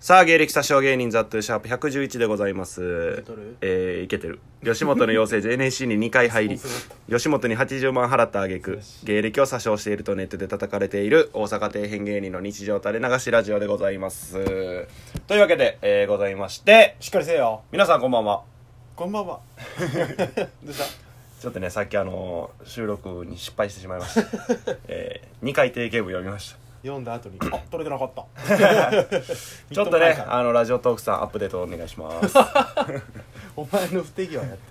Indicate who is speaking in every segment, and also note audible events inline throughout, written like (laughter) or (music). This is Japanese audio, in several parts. Speaker 1: さあ芸歴詐称芸人ザットゥシャープ111でございま
Speaker 2: け
Speaker 1: す
Speaker 2: とる
Speaker 1: えー、いけてる吉本の養成
Speaker 2: (laughs)
Speaker 1: 所 NSC に2回入り
Speaker 2: そうそう
Speaker 1: 吉本に80万払った挙句
Speaker 2: よし
Speaker 1: 芸歴を詐称しているとネットで叩かれている大阪底辺芸人の日常垂れ流しラジオでございますというわけで、えー、ございまして
Speaker 2: しっかりせえよ
Speaker 1: 皆さんこんばんは
Speaker 2: こんばんは (laughs) どうした
Speaker 1: ちょっとねさっきあのー収録に失敗してしまいました、
Speaker 2: (laughs)
Speaker 1: え2回定型文読みました
Speaker 2: 読んだ後にあ取れてなか (laughs) った
Speaker 1: ちょっとね
Speaker 2: あ
Speaker 1: あのラジオトークさんアップデートお願いします
Speaker 2: お前の不手際やって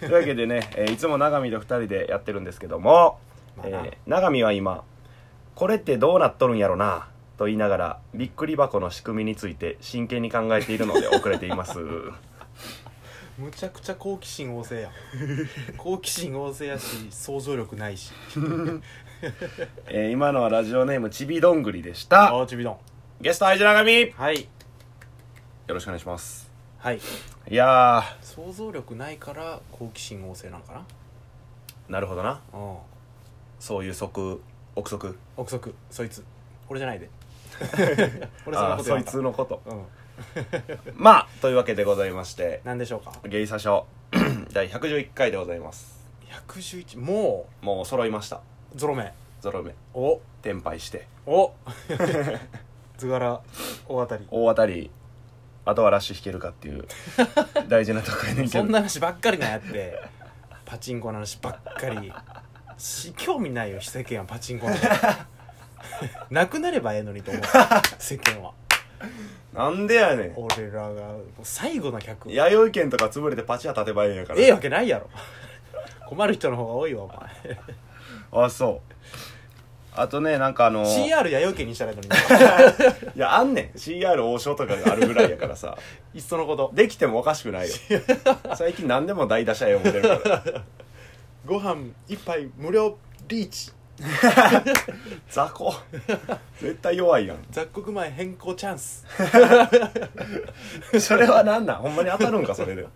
Speaker 1: というわけでね、えーいつも永見と2人でやってるんですけども、
Speaker 2: まあ
Speaker 1: え
Speaker 2: な
Speaker 1: ー永見は今「これってどうなっとるんやろな」と言いながらびっくり箱の仕組みについて真剣に考えているので (laughs) 遅れています
Speaker 2: むちゃくちゃ好奇心旺盛や好奇心旺盛やし想像力ないし
Speaker 1: えー今のはラジオネームちびどんぐりでした
Speaker 2: あちびどん
Speaker 1: ゲスト愛知永見よ
Speaker 2: はい
Speaker 1: ろしくお願いします
Speaker 2: はい
Speaker 1: いや
Speaker 2: 想像力ないから好奇心旺盛なんかな
Speaker 1: ーなるほどな
Speaker 2: うん
Speaker 1: そういう即憶測
Speaker 2: 憶測そいつ俺じゃない (laughs) で俺そんな
Speaker 1: あー
Speaker 2: こと
Speaker 1: そ
Speaker 2: や
Speaker 1: い
Speaker 2: った
Speaker 1: つのこと
Speaker 2: うん
Speaker 1: まあというわけでございまして
Speaker 2: 何でしょうか
Speaker 1: 芸者賞 (clears throat) 第111回でございます
Speaker 2: 111も
Speaker 1: もう揃いました
Speaker 2: うゾロ目
Speaker 1: ゾロ目
Speaker 2: お
Speaker 1: 転敗して
Speaker 2: お (laughs) 図柄大当たり
Speaker 1: 大当たりあとはラッシュ弾けるかっていう
Speaker 2: (laughs)
Speaker 1: 大事なとこやねんけ
Speaker 2: そ
Speaker 1: ど
Speaker 2: んな話ばっかりなんやってパチンコの話ばっかりし興味ないよ世間はパチンコの話 (laughs) なくなればええのにと思う世間は
Speaker 1: なんでやね
Speaker 2: 俺らがもう最後の客
Speaker 1: ん弥生県とか潰れてパチ屋立てばええんやから
Speaker 2: ええわけないやろ困る人の方が多いわお前
Speaker 1: あそうあとねなんかあの
Speaker 2: CR やよけにしたらいいのに
Speaker 1: いやあんねん CR 王将とかがあるぐらいやから
Speaker 2: (laughs)
Speaker 1: さ
Speaker 2: いっそのこと
Speaker 1: できてもおかしくないよ最近何でも大打者や思ってる
Speaker 2: (laughs)
Speaker 1: から
Speaker 2: ご飯一杯無料リーチ
Speaker 1: 雑魚絶対弱いやん
Speaker 2: 雑穀米変更チャンス (laughs)
Speaker 1: それはなんなんほんまに当たるんかそれで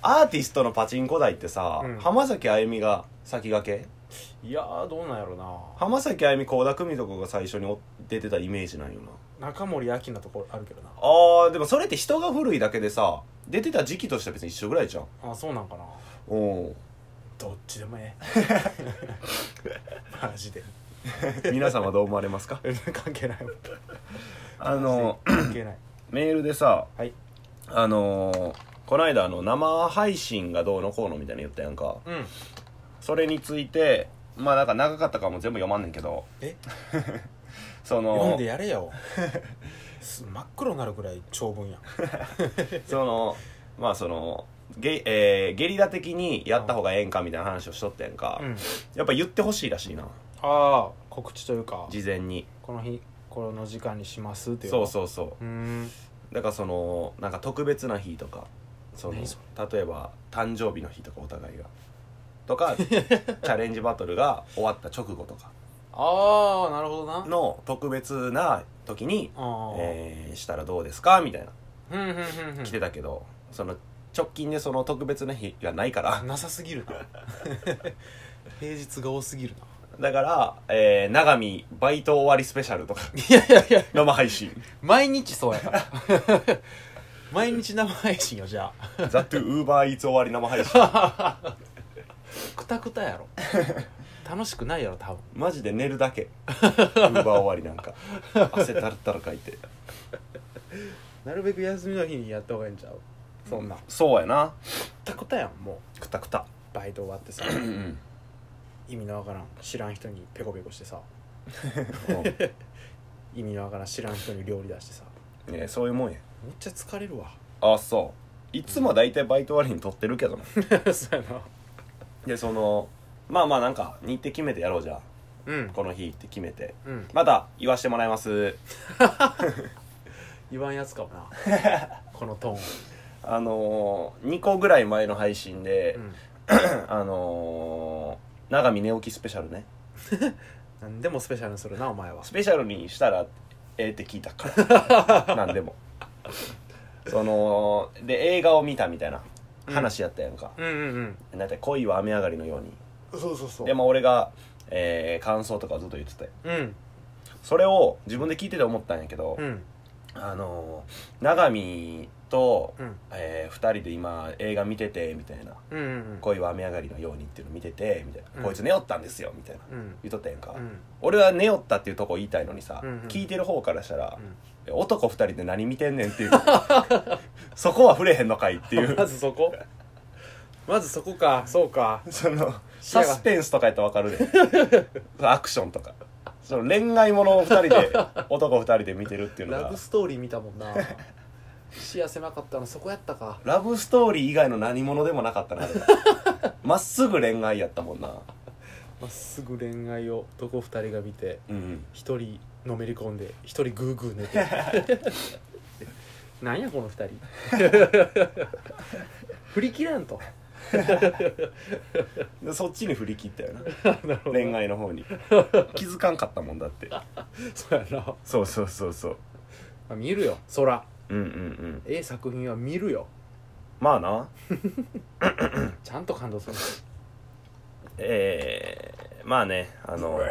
Speaker 1: アーティストのパチンコ台ってさ、
Speaker 2: うん
Speaker 1: 浜崎あゆみが先駆け
Speaker 2: いやーどうなんやろな
Speaker 1: 浜崎あゆみ倖田來未とかが最初にお出てたイメージなんよな
Speaker 2: 中森明菜とこあるけどな
Speaker 1: あーでもそれって人が古いだけでさ出てた時期としては別に一緒ぐらいじゃん
Speaker 2: あそうなんかな
Speaker 1: お (laughs)
Speaker 2: どっちでもええ (laughs) マジで (laughs)
Speaker 1: 皆様どう思われますか
Speaker 2: 関係ない
Speaker 1: あの (clears throat)
Speaker 2: 関係ない
Speaker 1: メールでさ
Speaker 2: はい
Speaker 1: あのこないだあの生配信がどうのこうのみたいに言ったやんか
Speaker 2: うん
Speaker 1: それについてまあなんか長かったからもう全部読まんねんけど
Speaker 2: え
Speaker 1: そ
Speaker 2: 読ん
Speaker 1: の
Speaker 2: でやれよす真っ黒になるぐらい長文やん
Speaker 1: そのまあそのゲ,、えーゲリラ的にやった方がええんかみたいな話をしとったやんか、
Speaker 2: うん
Speaker 1: やっぱ言ってほしいらしいな
Speaker 2: ああ告知というか
Speaker 1: 事前に
Speaker 2: この日この時間にしますっていう
Speaker 1: そう
Speaker 2: う
Speaker 1: そうそう
Speaker 2: うーん
Speaker 1: うだからそのなんか特別な日とかその
Speaker 2: 何そ
Speaker 1: 例えば誕生日の日とかお互いがと
Speaker 2: (laughs)
Speaker 1: かチャレンジバトルが終わった直後とか
Speaker 2: ああなるほどな
Speaker 1: の特別な時に、
Speaker 2: ああ、
Speaker 1: えーしたらどうですかみたいな
Speaker 2: ふんふんふんふん
Speaker 1: 来てたけど、その直近でその特別な日がないから
Speaker 2: なさすぎる
Speaker 1: (laughs)
Speaker 2: な平日が多すぎるな
Speaker 1: だから、えー、長見バイト終わりスペシャルとか
Speaker 2: いやいやいや
Speaker 1: 生配
Speaker 2: (laughs)
Speaker 1: 信
Speaker 2: 毎日そうやから (laughs) 毎日生配信よじゃ
Speaker 1: 「
Speaker 2: あ
Speaker 1: ザ・トゥ・ウーバーイーツ終わり生配信
Speaker 2: くたくたやろ楽しくないやろ多分」
Speaker 1: マジで寝るだ
Speaker 2: (laughs)
Speaker 1: けウーバー終わりなんか汗だらだらかいて
Speaker 2: なるべく休みの日にやった方がいいんちゃうそんなく
Speaker 1: そうやな
Speaker 2: たくたやんも
Speaker 1: くたくた
Speaker 2: うバイト終わ (laughs) ってさ意味のわからん知らん人にペコペコしてさ意味のわからん知らん人に料理出してさ
Speaker 1: ねそういうもんや
Speaker 2: めっちゃ疲れるわ
Speaker 1: あそういつも大体バイト終わりに撮ってるけどな
Speaker 2: (laughs) そうやな
Speaker 1: でそのまあまあなんか日程決めてやろうじゃあ
Speaker 2: うん
Speaker 1: この日って決めて
Speaker 2: うん
Speaker 1: また言わしてもらいます
Speaker 2: 言わんやつかも (laughs) なこのトーン
Speaker 1: あのー、2個ぐらい前の配信で、
Speaker 2: うん
Speaker 1: (clears throat) あのー、長見寝起きスペシャルね
Speaker 2: 何でもスペシャルにするなお前は
Speaker 1: スペシャルにしたらええって聞いたから (laughs) なんでもそので映画を見たみたいな話やったやんか、
Speaker 2: うんうんうん
Speaker 1: だって恋は雨上がりのように
Speaker 2: そうそうそ
Speaker 1: でも俺が、えー感想とかずっと言ってて
Speaker 2: うん
Speaker 1: それを自分で聞いてて思ったんやけど、
Speaker 2: うん
Speaker 1: あの永見と、
Speaker 2: うん
Speaker 1: えー、2人で今映画見ててみたいな
Speaker 2: うんうんう
Speaker 1: 「
Speaker 2: ん
Speaker 1: 恋は雨上がりのように」っていうの見ててみたいな、
Speaker 2: うん
Speaker 1: こいつ寝よったんですよ」みたいな
Speaker 2: うん
Speaker 1: 言っとったやんか、
Speaker 2: うん
Speaker 1: 俺は寝よったっていうとこ言いたいのにさ、
Speaker 2: うんうん
Speaker 1: 聞いてる方からしたら
Speaker 2: う、ん
Speaker 1: 男2人で何見てんねんっていう
Speaker 2: (laughs)
Speaker 1: そこは触れへんのかいっていう
Speaker 2: まずそこまずそこかそうか
Speaker 1: (laughs) その
Speaker 2: 視野
Speaker 1: サ
Speaker 2: が
Speaker 1: スペンスとかやったらわかるで (laughs) アクションとかその恋愛ものを2人 (laughs) で男2人で見てるっていうの
Speaker 2: ラ
Speaker 1: が
Speaker 2: ブストーリー見たもんな視野狭かったのそこやったか
Speaker 1: ラブストーリー以外の何者でもなかったなあ (laughs) れはまっすぐ恋愛やったもんな
Speaker 2: まっすぐ恋愛を男2人が見て
Speaker 1: うん
Speaker 2: 一人のめり込んで一人グーグー寝て (laughs) なんやこの二人 (laughs) 振り切らんと
Speaker 1: でそっちに振り切ったよ (laughs) な恋愛の方 (laughs) に気づかんかったもんだって
Speaker 2: そうやな、ま
Speaker 1: そうそうそうそう
Speaker 2: あ、見るよ空
Speaker 1: うんうんうん
Speaker 2: ええ作品は見るよ
Speaker 1: まあな
Speaker 2: ちゃんと感 (laughs) 動する
Speaker 1: えー、まあねあの (laughs)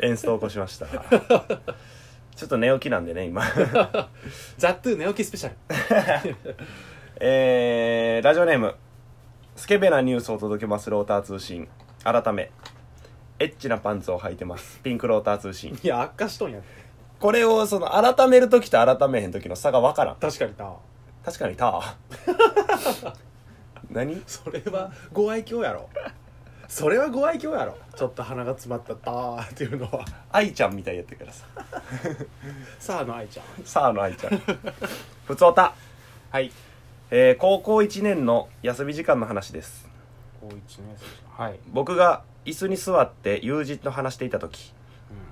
Speaker 1: エンストを起こしま (laughs) したちょっと寝起きなんでね今
Speaker 2: ザ・トゥ寝起きスペシャル
Speaker 1: えー、ラジオネームスケベなニュースを届けますローター通信改めエッチなパンツを履いてますピンクローター通信
Speaker 2: いや悪化しとんや
Speaker 1: これをその改める時と改めへん時の差がわからん
Speaker 2: 確かにな
Speaker 1: 確かにター (laughs) 何
Speaker 2: それはご愛嬌やろそれはご愛嬌やろちょっと鼻が詰まったたーっていうのは
Speaker 1: 愛ちゃんみたいやってください
Speaker 2: さあの愛ちゃん
Speaker 1: サーの愛ちゃんふつおた
Speaker 2: はい
Speaker 1: えー高校1年の休み時間の話です
Speaker 2: 高一年生はい、
Speaker 1: 僕が椅子に座って友人と話していた時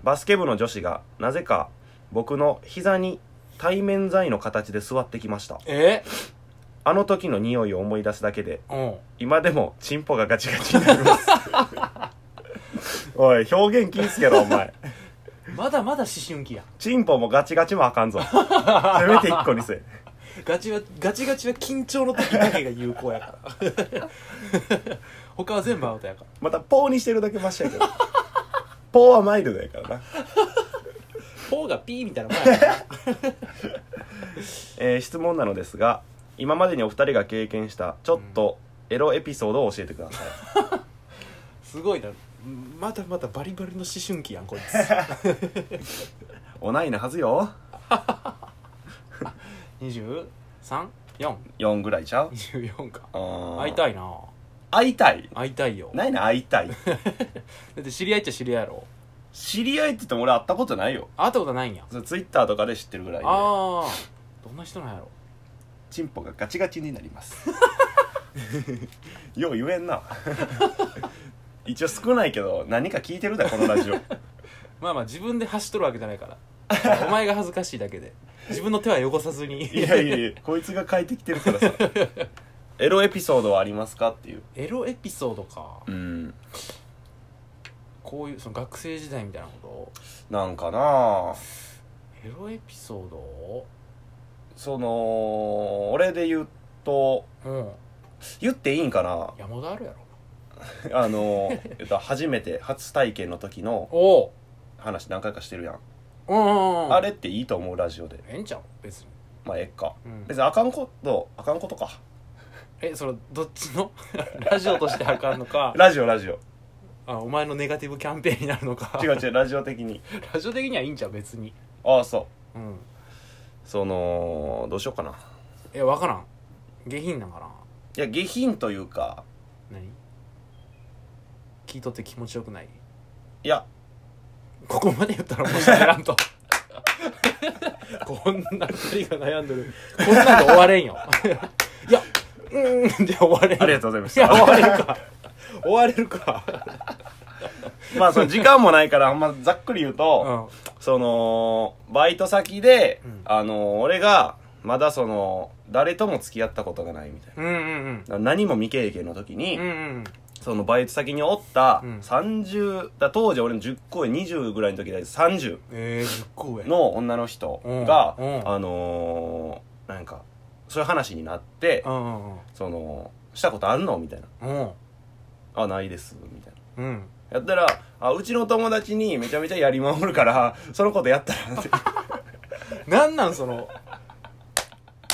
Speaker 1: バスケ部の女子がなぜか僕の膝に対面座位の形で座ってきました
Speaker 2: え
Speaker 1: あの時の匂いを思い出すだけで
Speaker 2: うん
Speaker 1: 今でもチンポがガチガチになりますおい表現禁止やろお前
Speaker 2: まだまだ思春期や
Speaker 1: チンポもガチガチもあかんぞせめて一個にせ
Speaker 2: ガチはガチガチは緊張の時だけが有効やから (laughs) 他は全部アウトやか
Speaker 1: またポーにしてるだけマシやけどポーはマイルドやからな、
Speaker 2: ら「ポーがピー」みたいなもんやから
Speaker 1: えー質問なのですが今までにお二人が経験したちょっとエロエピソードを教えてください、
Speaker 2: すごいなまだまだバリバリの思春期やんこいつ
Speaker 1: おないなはずよ
Speaker 2: 23?424
Speaker 1: 4ぐらいちゃう
Speaker 2: か
Speaker 1: 会
Speaker 2: 会いた
Speaker 1: い
Speaker 2: いな
Speaker 1: 会いたい
Speaker 2: 会いたいよだ
Speaker 1: ないな会いたい
Speaker 2: って知り合いっちゃ知り合いやろ
Speaker 1: 知り合いって言っても俺会ったことないよ
Speaker 2: 会ったことないんや
Speaker 1: それツイッターとかで知ってるぐらいで
Speaker 2: ああどんな人なんやろ
Speaker 1: チンポがガチガチになります (laughs) よう言えんな (laughs) 一応少ないけど何か聞いてるだこのラジオ
Speaker 2: まあまあ自分で走っとるわけじゃな
Speaker 1: (laughs)
Speaker 2: いからお前が恥ずかしいだけで自分の手は汚さずに
Speaker 1: いやいやいやこいつが帰ってきてるからさエロエピソードはありますかっていう
Speaker 2: エロエピソードか
Speaker 1: うん
Speaker 2: こういうその学生時代みたいなこ
Speaker 1: なんかなあ
Speaker 2: とエロエピソード
Speaker 1: その俺で言うと
Speaker 2: うん
Speaker 1: 言っていいんかな
Speaker 2: 山田あるやろ
Speaker 1: あのえっと初めて初体験の時の
Speaker 2: お
Speaker 1: 話何回かしてるやん、
Speaker 2: おうんうんうん
Speaker 1: あれっていいと思うラジオで
Speaker 2: ええんちゃう別に、
Speaker 1: まあえっか
Speaker 2: うん
Speaker 1: 別にあかんことあかんことか
Speaker 2: えそれどっち
Speaker 1: (laughs)
Speaker 2: のラジオとしてあかんのか
Speaker 1: ラジオラジオ
Speaker 2: あお前のネガティブキャンペーンになるのか
Speaker 1: 違う違うラジオ的
Speaker 2: (laughs)
Speaker 1: に
Speaker 2: ラジオ的にはいいんちゃう別に
Speaker 1: ああそう
Speaker 2: うん
Speaker 1: そのどうしようかない
Speaker 2: や分からん下品なんかな
Speaker 1: や
Speaker 2: い
Speaker 1: 下品というか
Speaker 2: 何聞いとって気持ちよくない
Speaker 1: いや
Speaker 2: ここまで言ったらもう喋らんとこんな二人が悩んでるこんなんで終われんよいやうーんで終われん
Speaker 1: ありがとうございまし
Speaker 2: いや
Speaker 1: た
Speaker 2: 終われるか
Speaker 1: (laughs)
Speaker 2: 終われるか
Speaker 1: まあその時間もないからあんまざっくり言うと、そのバイト先で、
Speaker 2: うん
Speaker 1: あの俺がまだその誰とも付き合ったことがないみたい
Speaker 2: うんうんうん
Speaker 1: な何も未経験の時に、
Speaker 2: うんうん
Speaker 1: そのバイト先におった
Speaker 2: うん
Speaker 1: 30だ当時俺の10個上20ぐらいの時だけど30
Speaker 2: ええー、10個上
Speaker 1: の女の人が、
Speaker 2: うんうん
Speaker 1: あのーなんかそういう話になって、
Speaker 2: うんうん
Speaker 1: そのしたことあるのみたいな
Speaker 2: うん
Speaker 1: あないですみたいな
Speaker 2: うん
Speaker 1: やったらあうちの友達にめちゃめちゃやりまんおるからそのことや
Speaker 2: (laughs)
Speaker 1: ったらって
Speaker 2: なんなんその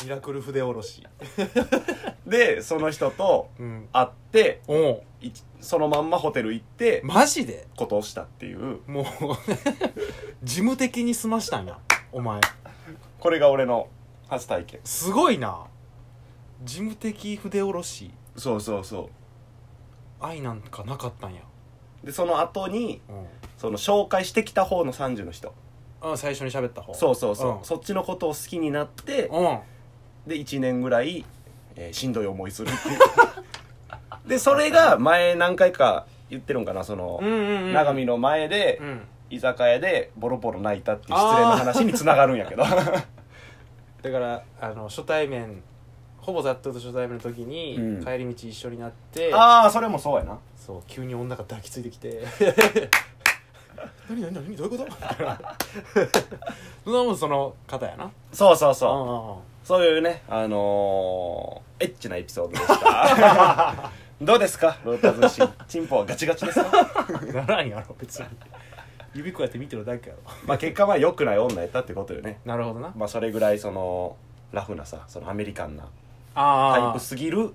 Speaker 2: ミラクル筆おろし
Speaker 1: でその人と
Speaker 2: うん
Speaker 1: 会って
Speaker 2: おう
Speaker 1: いそのまんまホテル行って
Speaker 2: マジで
Speaker 1: ことをしたっていう
Speaker 2: もう (laughs) 事務的に済ましたんやお前
Speaker 1: これが俺の初体験
Speaker 2: すごいな事務的筆おろし
Speaker 1: そうそうそ
Speaker 2: 愛なんかなかったんや
Speaker 1: うでその後に
Speaker 2: うん
Speaker 1: その紹介してきた方の30の人
Speaker 2: あ最初に喋った方
Speaker 1: そうそうそう、
Speaker 2: うん
Speaker 1: そっちのことを好きになって
Speaker 2: うん
Speaker 1: で1年ぐらい、えーしんどい思いするって
Speaker 2: (laughs)
Speaker 1: いうでそれが前何回か言ってるんかなその、
Speaker 2: うんうんうん
Speaker 1: 長見の前で
Speaker 2: う、ん
Speaker 1: 居酒屋でボロボロ泣いたっていう失恋の話につながるんや
Speaker 2: (laughs)
Speaker 1: けど
Speaker 2: だからあの初対面ほぼざっとと初対面の時に、
Speaker 1: うん
Speaker 2: 帰り道一緒になって
Speaker 1: ああそれもそうやな
Speaker 2: そう急に女が抱きついてきて (laughs) 何何何どういうこと (laughs) そんなもんその方やな
Speaker 1: そうそうそう、
Speaker 2: あ
Speaker 1: そういうねあのー、エッチなエピソードでした
Speaker 2: (laughs)
Speaker 1: どうですかロータズシチンポはガチガチですか
Speaker 2: ならんやろ別に (laughs) 指こうやって見てるだけやろ
Speaker 1: まあ結果は良くない女やったってことよね
Speaker 2: なるほどな
Speaker 1: まあそれぐらいそのラフなさそのアメリカンなタイ
Speaker 2: あ
Speaker 1: プすぎる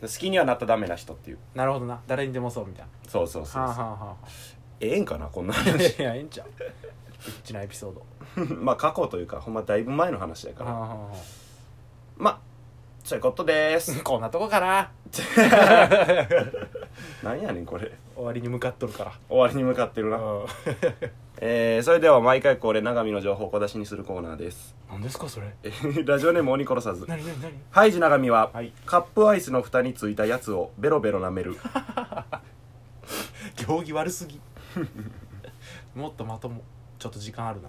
Speaker 1: 好きにはなったらダメな人っていう
Speaker 2: なるほどな誰にでもそうみたい
Speaker 1: そうそう
Speaker 2: な
Speaker 1: そう
Speaker 2: はあ
Speaker 1: そう
Speaker 2: はあは
Speaker 1: ええんかなこんな
Speaker 2: あ (laughs) い (laughs)
Speaker 1: 話
Speaker 2: やええんちゃううちのエピソード
Speaker 1: まあ過去というかほんまだいぶ前の話やか
Speaker 2: はあ
Speaker 1: ら
Speaker 2: はあはあ
Speaker 1: まあそういうことで
Speaker 2: うん
Speaker 1: す
Speaker 2: こんなとこかな
Speaker 1: なんやねんこれ
Speaker 2: 終わりに向かっとるか
Speaker 1: 終わりに向かってる
Speaker 2: ら
Speaker 1: な、
Speaker 2: うん
Speaker 1: えー、それでは毎回恒例長見の情報を小出しにするコーナーです
Speaker 2: 何ですかそれ
Speaker 1: えーラジオネーム鬼殺さず
Speaker 2: 何何 (laughs) 何
Speaker 1: ハイジ長見は、
Speaker 2: はい
Speaker 1: カップアイスの蓋についたやつをベロベロ舐める
Speaker 2: (laughs) 行儀悪すぎもっとまともちょっと時間あるな